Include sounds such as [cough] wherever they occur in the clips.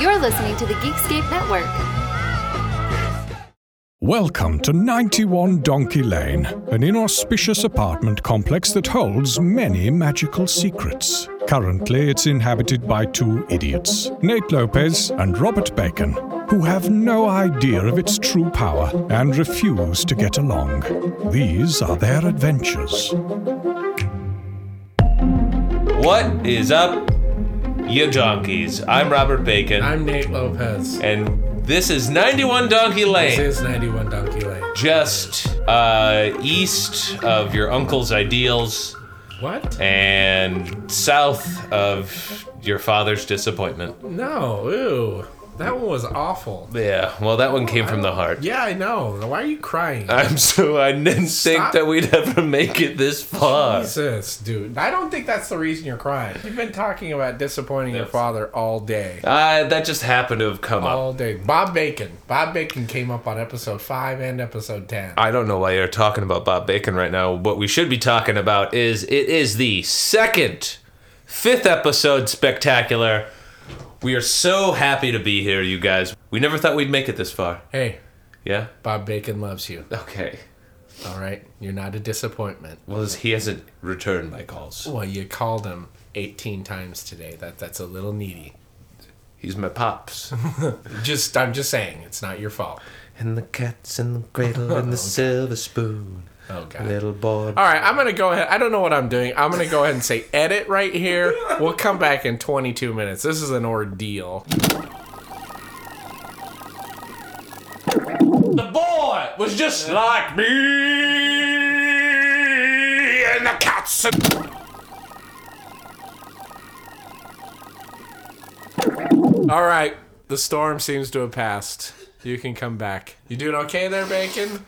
You're listening to the Geekscape Network. Welcome to 91 Donkey Lane, an inauspicious apartment complex that holds many magical secrets. Currently, it's inhabited by two idiots, Nate Lopez and Robert Bacon, who have no idea of its true power and refuse to get along. These are their adventures. What is up, you donkeys? I'm Robert Bacon, I'm Nate Lopez. and this is 91 Donkey Lane, This is 91 Donkey Lane. just uh, east of your uncle's ideals What? and south of your father's disappointment. No, ew. That one was awful. Yeah, well, that one came from the heart. Yeah, I know. Why are you crying? [laughs] I'm so I didn't think Stop. that we'd ever make it this far. Jesus, dude. I don't think that's the reason you're crying. You've been talking about disappointing your Yes. father all day. Uh, that just happened to have come up. All day. Bob Bacon. Bob Bacon came up on episode 5 and episode 10. I don't know why you're talking about Bob Bacon right now. What we should be talking about is it is the second, fifth episode spectacular. We are so happy to be here, you guys. We never thought we'd make it this far. Hey, Yeah? Bob Bacon loves you. Okay. All right? You're not a disappointment. Well, he hasn't returned my calls. Well, you called him 18 times today. That that's a little needy. He's my pops. Just I'm just saying, it's not your fault. and the cats in the cradle [laughs] and the silver spoon. Oh god. Little boy. All right, I'm gonna go ahead. I don't know what I'm doing. I'm gonna go ahead and say edit right here. We'll come back in 22 minutes. This is an ordeal. The boy was just like me and the cats. in- All right, the storm seems to have passed. You can come back. You doing okay there, Bacon?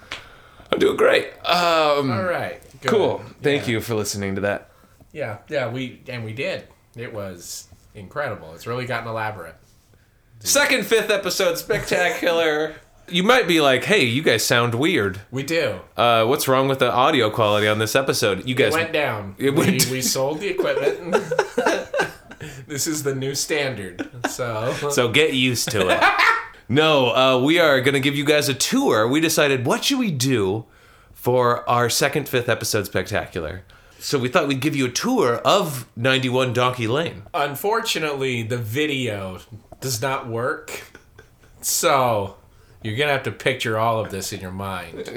I'm doing great. Um. All right. good. Cool. Thank you for listening to that. Yeah, yeah. We and we did. It was incredible. It's really gotten elaborate. Second, fifth episode, spectacular. you might be like, hey, you guys sound weird. We do. Uh, what's wrong with the audio quality on this episode? You guys. It went down. It went we, down. we sold the equipment. [laughs] this is the new standard. So [laughs] so get used to [laughs] it. no, uh, we are going to give you guys a tour. We decided what should we do for our second, fifth episode spectacular. So we thought we'd give you a tour of 91 Donkey Lane. Unfortunately, the video does not work. So, you're going to have to picture all of this in your mind.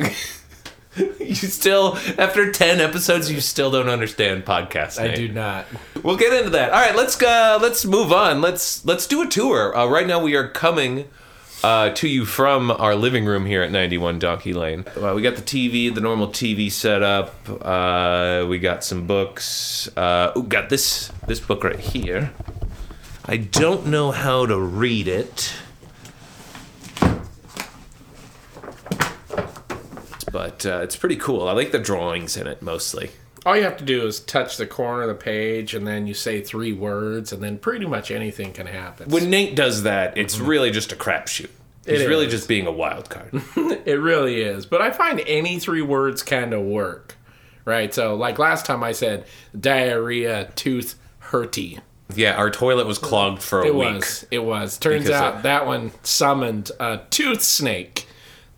You still, after 10 episodes, you still don't understand podcasting. I do not. We'll get into that. All right, let's uh, let's move on. Let's let's do a tour. Uh, right now, we are coming uh, to you from our living room here at 91 Donkey Lane. Uh, we got the TV, the normal TV setup. Uh, we got some books. Uh, ooh, got this this book right here. I don't know how to read it, but uh, it's pretty cool. I like the drawings in it mostly. All you have to do is touch the corner of the page and then you say three words and then pretty much anything can happen. when Nate does that, it's really just a crapshoot. He's Mm-hmm. It really is. just being a wild card. [laughs] it really is. But I find any three words kind of work. Right? So, like last time I said diarrhea, tooth, hurty. yeah, our toilet was clogged for a It week. was. It was. Turns Because out it- that one summoned a tooth snake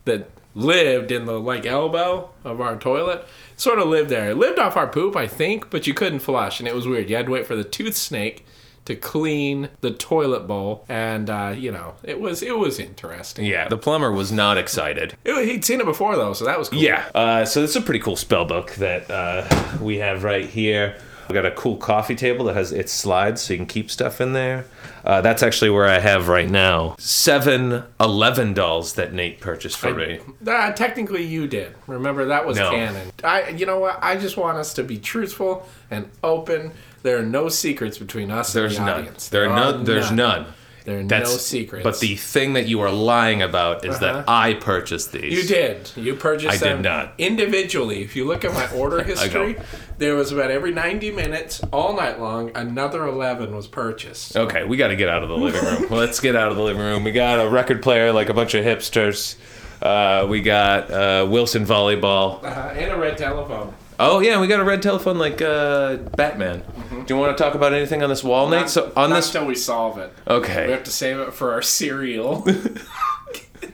that lived in the like elbow of our toilet. Sort of lived there. It lived off our poop, I think, but you couldn't flush, and it was weird. You had to wait for the tooth snake to clean the toilet bowl, and uh, you know it was it was interesting. Yeah, the plumber was not excited. It- he'd seen it before though, so that was cool. Yeah, uh, so this is a pretty cool spell book that uh, we have right here. We got a cool coffee table that has its slides, so you can keep stuff in there. Uh, that's actually where I have right now seven Eleven dolls that Nate purchased for me. Uh, technically, you did. Remember that was No. canon. I, you know what? I just want us to be truthful and open. There are no secrets between us There's and the none. audience. There are none. There's none. There are That's no secrets. Uh-huh. But the thing that you are lying about is that I purchased these. you did. You purchased. I did them not. individually. If you look at my [laughs] order history, go. there was about every ninety minutes, all night long, another eleven was purchased. Okay, we got to get out of the living [laughs] room. Let's get out of the living room. We got a record player like a bunch of hipsters. Uh, we got uh, Wilson volleyball. Uh, and a red telephone. Oh yeah, we got a red telephone like uh, Batman. Do you want to talk about anything on this wall, Nate? So on Mm-hmm. not this, until we solve it. We okay. have to save it for [laughs] our cereal. [laughs]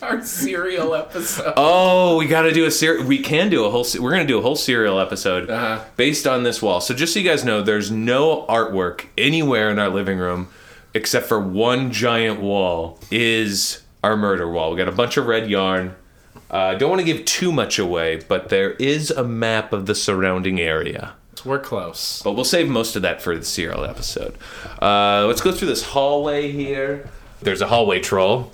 our cereal episode. Oh, we got to do a ser. We can do a whole. Se- we're gonna do a whole serial episode Uh-huh. based on this wall. So just so you guys know, there's no artwork anywhere in our living room except for one giant wall. Is our murder wall? We got a bunch of red yarn. Uh, don't want to give too much away, but there is a map of the surrounding area. We're close. But we'll save most of that for the serial episode. Uh, let's go through this hallway here. There's a hallway troll.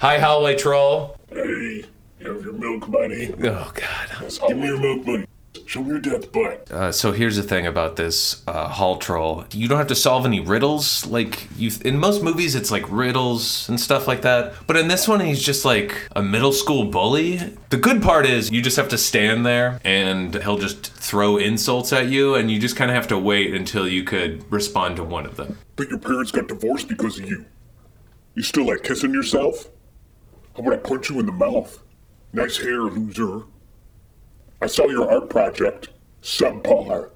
Hi, hallway troll. Hey, have your milk money. Oh, God. Give me your milk money. Show me your death butt. Uh, so here's the thing about this uh, hall troll. You don't have to solve any riddles. Like, you in most movies, it's like riddles and stuff like that. But in this one, he's just like a middle school bully. The good part is you just have to stand there and he'll just throw insults at you, and you just kind of have to wait until you could respond to one of them. But your parents got divorced because of you. You still like kissing yourself? How about I punch you in the mouth? Nice hair, loser. I saw your art project. Subpar.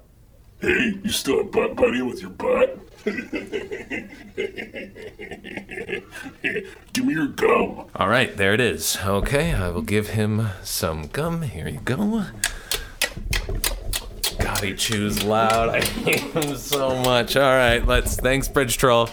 Hey, you still a butt buddy with your butt? [laughs] Give me your gum. All right, there it is. Okay, I will give him some gum. Here you go. God, he chews loud. [laughs] I hate him so much. All right, let's. Thanks, Bridge Troll.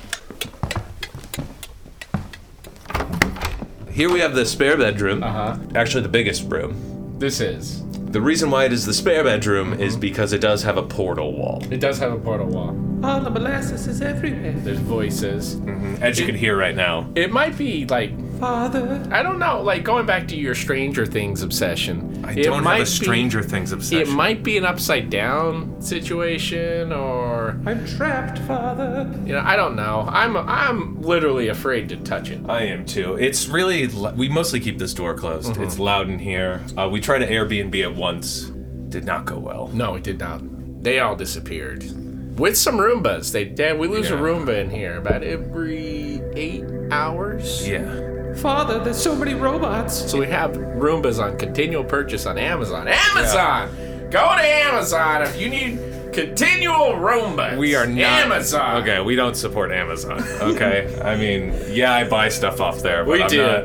Here we have the spare bedroom. Uh-huh. Actually, the biggest room. This is. The reason why it is the spare bedroom is because it does have a portal wall. It does have a portal wall. Oh, the molasses is everywhere. There's voices. As you can hear right now. It might be like father. I don't know. Like going back to your Stranger Things obsession. I it don't might have be- a Stranger Things obsession. It might be an upside down situation, or I'm trapped, Father. you know, I don't know. I'm I'm literally afraid to touch it. I am too. It's really l- we mostly keep this door closed. Mm-hmm. It's loud in here. Uh, we tried to Airbnb it once. Did not go well. No, it did not. They all disappeared. With some Roombas. They dad, we lose a Yeah. Roomba in here about every eight hours. Yeah. Father, there's so many robots. So we have Roombas on continual purchase on Amazon. Amazon! Go to Amazon if you need continual Roombas. We are not Amazon. Okay, we don't support [laughs] Amazon. Okay. I mean, yeah, I buy stuff off there, but We I'm do. not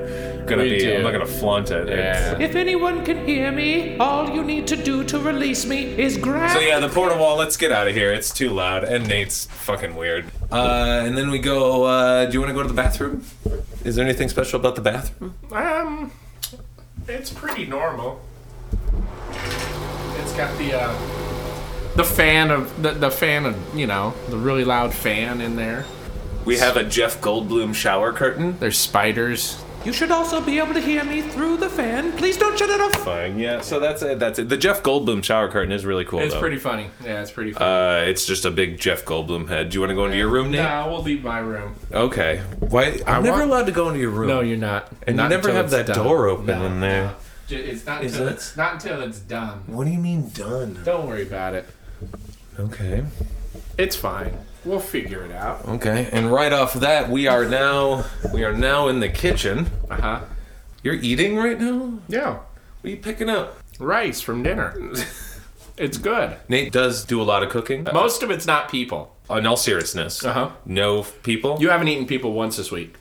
gonna We be do. I'm not gonna flaunt it. It's- If anyone can hear me, all you need to do to release me is grab. So yeah, the portal wall. Let's get out of here. It's too loud, and Nate's fucking weird. Uh, and then we go. Uh, do you want to go to the bathroom? Is there anything special about the bathroom? Um, it's pretty normal. It's got the uh, the fan of the, the fan of you know the really loud fan in there. We have a Jeff Goldblum shower curtain. There's spiders. You should also be able to hear me through the fan. Please don't shut it off. Fine. Yeah. So that's it. That's it. The Jeff Goldblum shower curtain is really cool. It's though. pretty funny. Yeah, it's pretty funny. Uh, it's just a big Jeff Goldblum head. Do you want to go into your room, Nate? nah, we'll leave my room. Okay. Why? I'm never want- allowed to go into your room. No, you're not. and Not you never until have it's that done. door open No, in there. no. J- It's not Is until it? it's not until it's done. What do you mean done? Don't worry about it. Okay. It's fine. We'll figure it out. Okay. And right off that, we are now we are now in the kitchen. Uh huh. You're eating right now. Yeah. What are you picking up? Rice [laughs] from dinner. it's good. Nate does do a lot of cooking. Most of it's not people. In all seriousness. Uh-huh. No f- people. You haven't eaten people once this week.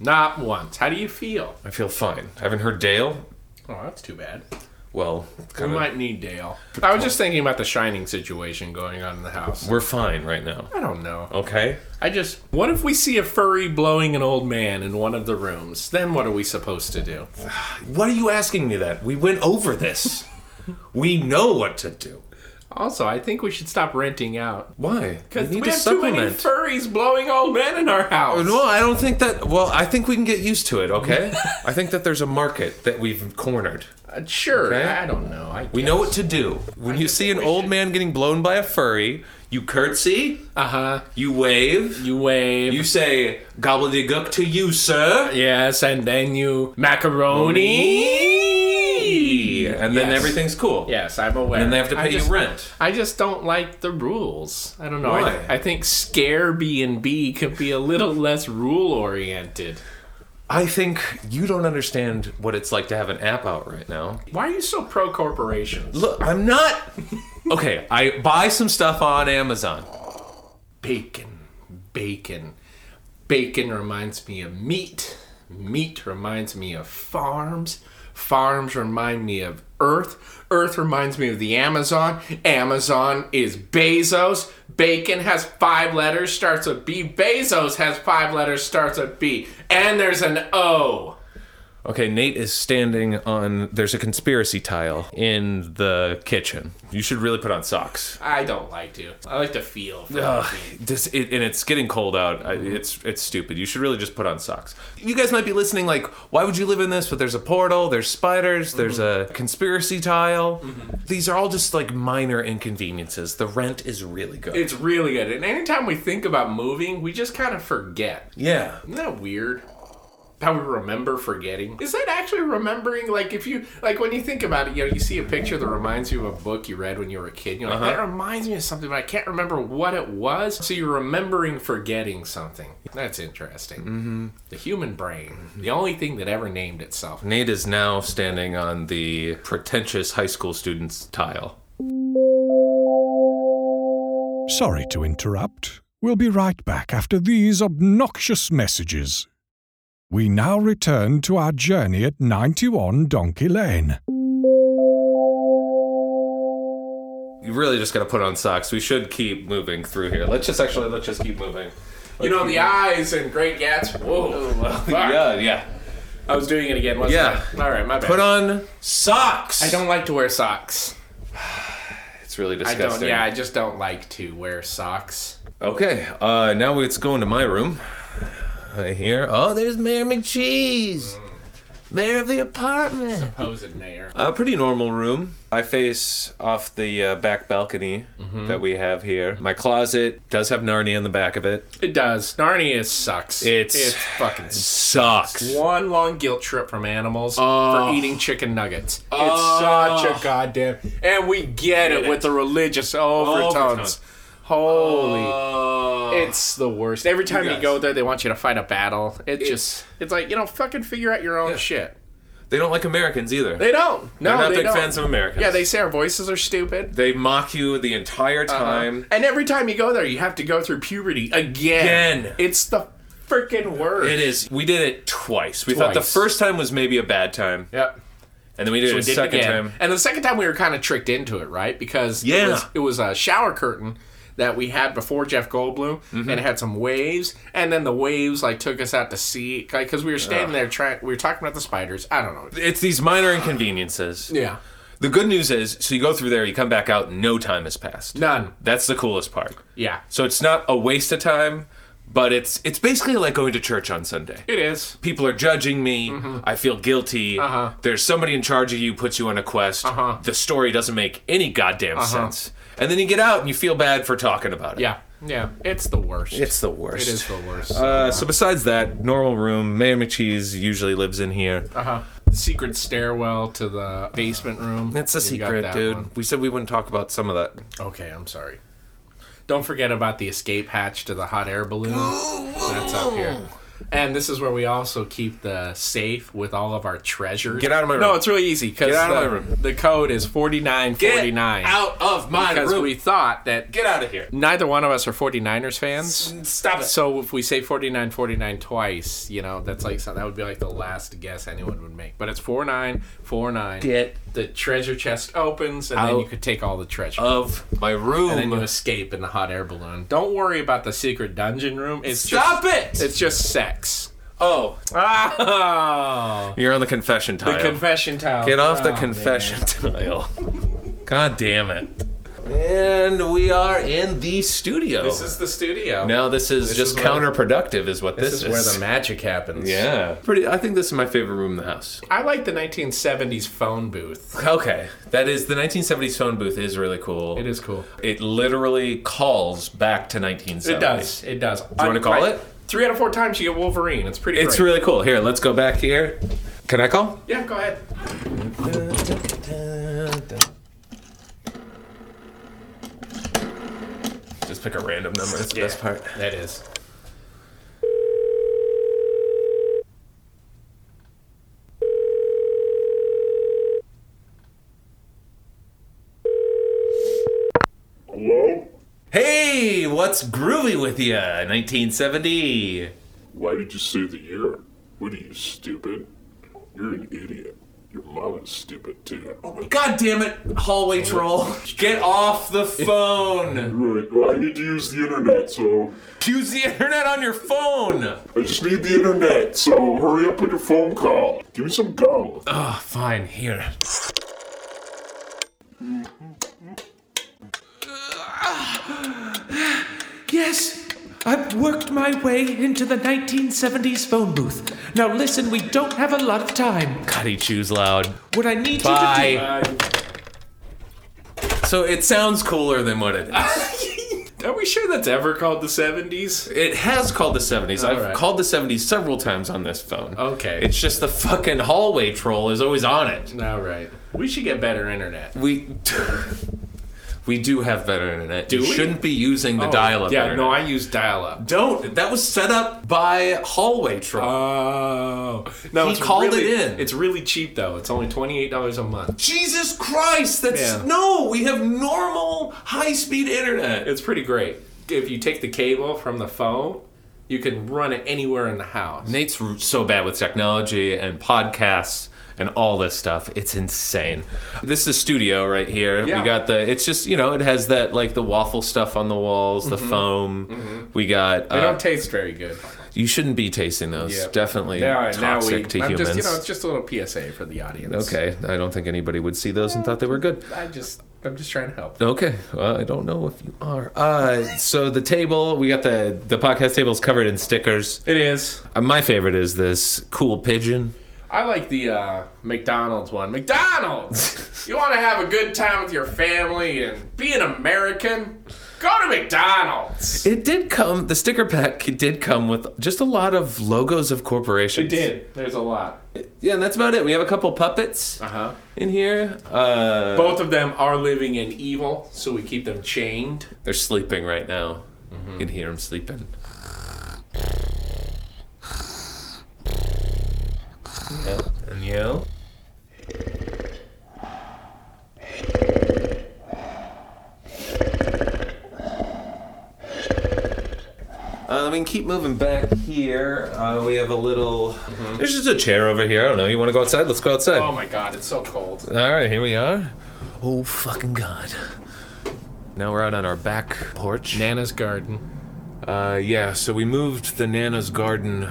Not once. How do you feel? I feel fine. I haven't heard Dale. Oh, that's too bad. Well, We kind of. might need Dale. I was just thinking about the shining situation going on in the house. We're fine right now. I don't know. Okay. I just. What if we see a furry blowing an old man in one of the rooms? Then what are we supposed to do? What are you asking me that? We went over [laughs] this. we know what to do. Also, I think we should stop renting out. Why? Because we have too many furries blowing old men in our house. Oh, no, I don't think that. Well, I think we can get used to it. Okay. [laughs] I think that there's a market that we've cornered. Uh, sure. Okay. I don't know. I We know what to do. When you see an old man getting blown by a furry, you curtsy, Uh huh. you wave, You wave. you say gobbledygook to you, sir, Yes, and then you macaroni. and then Yes. everything's cool. Yes, I'm aware. And then they have to I pay just- you rent. I just don't like the rules. I don't know. Why? I, I think scare B and B could be a little less rule oriented. I think you don't understand what it's like to have an app out right now. Why are you so pro corporations? Look, I'm not. [laughs] Okay, I buy some stuff on Amazon. bacon, bacon. Bacon reminds me of meat. Meat reminds me of farms. Farms remind me of Earth. Earth reminds me of the Amazon. Amazon is Bezos. Bacon has five letters, starts with B. Bezos has five letters, starts with B. And there's an O. Okay, Nate is standing on. There's a conspiracy tile in the kitchen. You should really put on socks. I don't like to. I like to feel. for Ugh, it. this it, and it's getting cold out. I, it's it's stupid. You should really just put on socks. You guys might be listening like, why would you live in this? But there's a portal. There's spiders. There's a conspiracy tile. These are all just like minor inconveniences. The rent is really good. It's really good. And anytime we think about moving, we just kind of forget. yeah. Isn't that weird? How we remember forgetting. Is that actually remembering? Like, if you, like, when you think about it, you know, you see a picture that reminds you of a book you read when you were a kid. You're like, Uh-huh. that reminds me of something, but I can't remember what it was. So you're remembering forgetting something. That's interesting. Mm-hmm. The human brain, the only thing that ever named itself. Nate is now standing on the pretentious high school students tile. Sorry to interrupt. We'll be right back after these obnoxious messages. We now return to our journey at 91 Donkey Lane. You really just gotta put on socks. We should keep moving through here. Let's just actually let's just keep moving. You know, the eyes and Great Gatsby. Whoa. Fuck. Yeah, yeah. Oh, I was doing it again, wasn't Yeah. I? All right, my bad. Put on socks. I don't like to wear socks. It's really I don't, disgusting. yeah, I just don't like to wear socks. Okay. Uh, now it's going to my room. Right here. Oh, there's Mayor McCheese, mayor of the apartment. Posed mayor. A pretty normal room. I face off the uh, back balcony Mm-hmm. that we have here. My closet does have Narnia on the back of it. It does. Narnia sucks. It's- it's [sighs] fucking s- Sucks. one long guilt trip from animals Oh. for eating chicken nuggets. Oh. It's such a goddamn. And we get it, with the religious overtones. Overtones. Holy. Oh. it's the worst. Every time you, guys. go there, they want you to fight a battle. It just, it's like you know, fucking figure out your own shit. They don't like Americans either. They don't. No, They're not they big don't. fans of Americans. Yeah, they say our voices are stupid. They mock you the entire Uh-huh. time. And every time you go there, you have to go through puberty again. Again. It's the freaking worst. It is. We did it twice. We thought the Twice. first time was maybe a bad time, Yep. and then we did it So we a did it second again. time. And the second time we were kind of tricked into it, right? Because Yeah. it, was, it was a shower curtain that we had before Jeff Goldblum, Mm-hmm. and it had some waves, and then the waves like took us out to sea, because we were standing there trying. We were talking about the spiders. I don't know. It's these minor inconveniences. Yeah. The good news is, so you go through there, you come back out, no time has passed. None. That's the coolest part. Yeah. So it's not a waste of time, but it's it's basically like going to church on Sunday. It is. People are judging me. I feel guilty. Mm-hmm. Uh-huh. There's somebody in charge of you, puts you on a quest. Uh-huh. The story doesn't make any goddamn sense. And then you get out and you feel bad for talking about it. Yeah. Yeah. It's the worst. It's the worst. It is the worst. Uh, so besides that, normal room, Mayor McCheese usually lives in here. Uh-huh. Secret stairwell to the basement room. It's a You got secret, that dude. one. We said we wouldn't talk about some of that. Okay, I'm sorry. Don't forget about the escape hatch to the hot [gasps] air balloon. That's up here. And this is where we also keep the safe with all of our treasures. Get out of my No, room. it's really easy because Get out of the, my room. the code is 4949. out of my because we thought that Get out of here. neither one of us are 49ers fans. Stop it. So if we say 49 49 twice, you know, that's like that would be like the last guess anyone would make. But it's 4949. Get the treasure chest opens and then Out. you could take all the treasure. of my room. and then you escape in the hot air balloon. Don't worry about the secret dungeon room. It's Stop just, it! It's just sex. oh, Oh, you're on the confession tile. Ah. the confession towel. Get off the Oh, confession tile. God damn it. And we are in the studio. man. This is the studio. now this is just is where- counterproductive, is what this, this, is, where the magic happens. yeah, pretty. I think this is my favorite room in the house. I like the 1970s phone booth. Okay, that is the 1970s phone booth is really cool. It is cool. It literally calls back to 1970s. It does. It does. Do you wanna call it? Three out of four times you get Wolverine. It's pretty. It's great. really cool. Here, let's go back here. Can I call? Yeah, go ahead. Just pick a random number. That's the best part. That is. what's groovy with you? 1970. Why did you say the year? What are you, stupid? You're an idiot. Your mom is stupid, too. [laughs] God damn it, hallway troll. Get off the phone. Right, well, I need to use the internet, so. Use the internet on your phone. I just need the internet, so hurry up with your phone call. Give me some gum. Oh, fine, here. Yes, I've worked my way into the 1970s phone booth. Now listen, we don't have a lot of time. God, he chews loud. What I need you to Bye. So it sounds cooler than what it is. [laughs] Are we sure that's ever called the 70s? It has called the 70s. I've right. called the 70s several times on this phone. Okay. It's just the fucking hallway troll is always on it. All right. We should get better internet. We [laughs] we do have better internet. you we? Oh, shouldn't be using the dial-up. Yeah, internet. no, I use dial up. don't. That was set up by hallway troll. Oh. No, He it's called it really- in. It's really cheap, though. It's only $28 a month. Jesus Christ! That's Yeah. no. We have normal high-speed internet. It's pretty great. If you take the cable from the phone, you can run it anywhere in the house. Nate's r- so bad with technology and podcasts and all this stuff. It's insane. This is the studio right here. Yeah. We got the. It's just you know it has that like the waffle stuff on the walls, the foam. We got. They Uh, Mm-hmm. don't taste very good. you shouldn't be tasting those. Yep. Definitely All right, toxic to I'm humans. just, you know, it's just a little PSA for the audience. Okay, I don't think anybody would see those and thought they were good. I just, I'm just trying to help. Okay, well, I don't know if you are. Uh, so the table, we got the the podcast table is covered in stickers. It is. Uh, my favorite is this cool pigeon. I like the uh, McDonald's one. [laughs] McDonald's! you want to have a good time with your family and be an American? Go to McDonald's! It did come. The sticker pack did come with just a lot of logos of corporations. There's a lot. Yeah, and that's about it. We have a couple puppets Uh huh. in here. Uh, Both of them are living in evil, so we keep them chained. they're sleeping right now. You can hear them sleeping. Yeah, And you? Uh, we can keep moving back here. Uh, we have a little. There's just a chair over here. I don't know. You want to go outside? Let's go outside. Oh my god, it's so cold. All right, here we are. Oh fucking god! Now we're out on our back porch. Nana's garden. Uh, yeah. So we moved the Nana's garden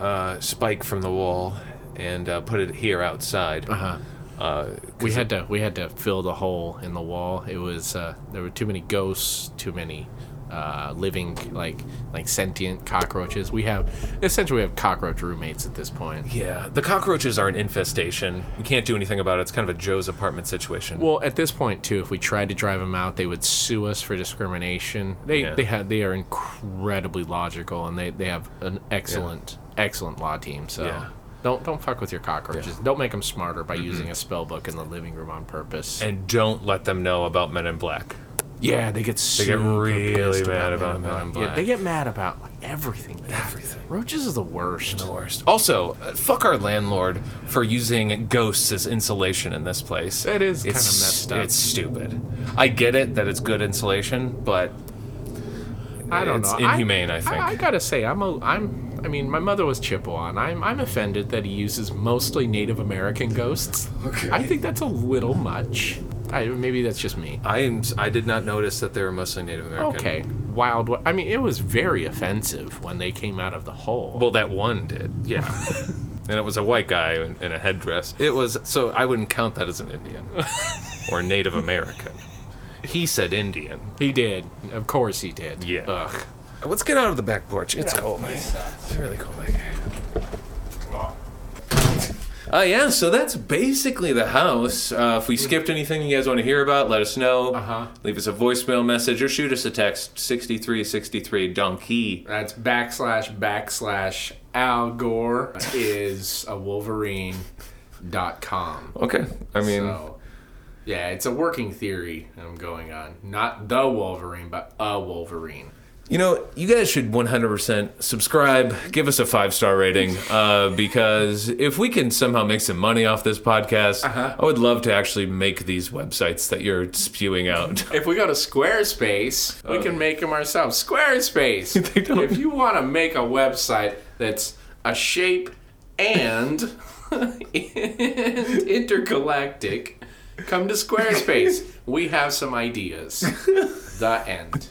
uh, spike from the wall and uh, put it here outside. huh. Uh, We had to we had to fill the hole in the wall. It was uh, there were too many ghosts, too many uh, living like like sentient cockroaches. We have essentially we have cockroach roommates at this point. yeah, the cockroaches are an infestation. We can't do anything about it. It's kind of a Joe's apartment situation. Well, at this point too, if we tried to drive them out, they would sue us for discrimination. They Yeah. they had they are incredibly logical and they, they have an excellent excellent law team. So Yeah. Mm-hmm. don't don't fuck with your cockroaches. Don't make them smarter by using a spell book in the living room on purpose. and don't let them know about Men in Black. yeah, they get They super get really pissed mad about Men in Men in Black. Yeah, Black. they get mad about like, everything. Everything. Roaches are the worst. The worst. Also, uh, fuck our landlord for using ghosts as insulation in this place. It is kinda It's- messed up. It's stupid. I get it that it's good insulation, but I don't It's know. inhumane, I think. I, gotta say, I'm a, I'm, I mean, my mother was Chippewa, and I'm, I'm offended that he uses mostly Native American ghosts. Okay. I think that's a little much. I, maybe that's just me. I am. I did not notice that they were mostly Native American. Okay. Wild. wa- I mean, it was very offensive when they came out of the hole. Well, that one did. Yeah. and it was a white guy in, in a headdress. It was. So I wouldn't count that as an Indian or Native American. He said Indian. he did. Of course, he did. Yeah. Ugh. Let's get out of the back porch. It's cold. It's really cold. back here. Uh, yeah, so that's basically the house. Uh, if we skipped anything you guys want to hear about, let us know. Uh-huh. Leave us a voicemail message or shoot us a text 6363 Donkey. That's backslash backslash Al Gore is a Wolverine. dot com. Okay. I mean, So, yeah, it's a working theory I'm going on. Not the Wolverine, but a Wolverine. You know, you guys should 100% subscribe, give us a five star rating, uh, because if we can somehow make some money off this podcast, Uh-huh. I would love to actually make these websites that you're spewing out. [laughs] If we go to Squarespace, we Oh. can make them ourselves. [laughs] Squarespace. If you want to make a website that's a shape and [laughs] intergalactic, come to Squarespace. We have some ideas. The end.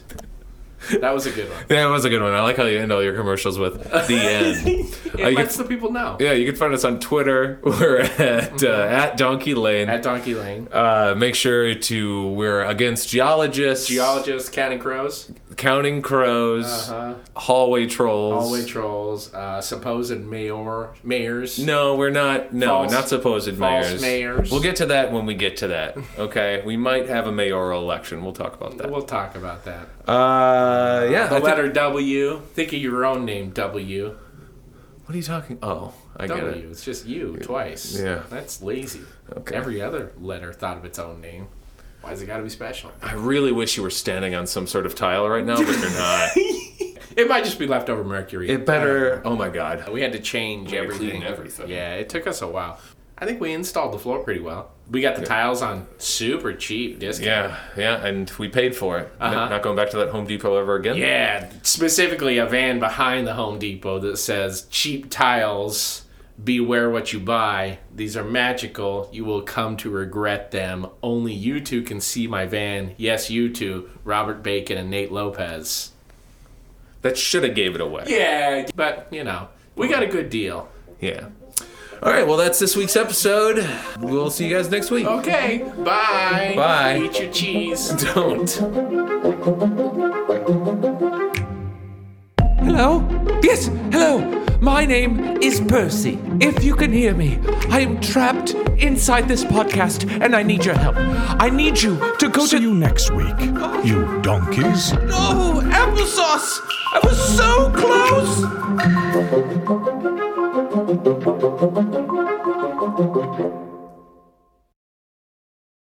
That was a good one. That was a good one. I like how you end all your commercials with [laughs] the end. It Uh, you lets can- the people know. yeah, you can find us on Twitter. [laughs] We're at uh, at Donkey Lane. At Donkey Lane, uh, make sure to we're against geologists, geologists, cat and crows, counting crows, uh-huh. hallway trolls. hallway trolls, uh, supposed mayor, mayors. No, we're not. No, False- not supposed false mayors. mayors. We'll get to that when we get to that. Okay, we might have a mayoral election. We'll talk about that. We'll talk about that. uh, yeah. I The think- letter W. Think of your own name, W. what are you talking? Oh, I get W. it. It's just you twice. Yeah. That's lazy. Okay. Every other letter thought of its own name. Why's it got to be special? I really wish you were standing on some sort of tile right now, but you're [laughs] not. It might just be leftover mercury. it better. Oh my god. We had to change had to everything. clean everything. Yeah, it took us a while. I think we installed the floor pretty well. We got the tiles on super cheap discount. Yeah, yeah, and we paid for it. N- Uh-huh. Not going back to that Home Depot ever again. Yeah, specifically a van behind the Home Depot that says cheap tiles, beware what you buy. These are magical. You will come to regret them. Only you two can see my van. Yes, you two, Robert Bacon and Nate Lopez. That should have gave it away. Yeah, but you know, we got a good deal. Yeah. All right, well, that's this week's episode. We'll see you guys next week. Okay, bye. Bye. Eat your cheese. Don't. Hello? Yes, hello. My name is Percy. If you can hear me, I am trapped inside this podcast and I need your help. I need you to go See to. you next week, you donkeys. No! Applesauce! I was so close!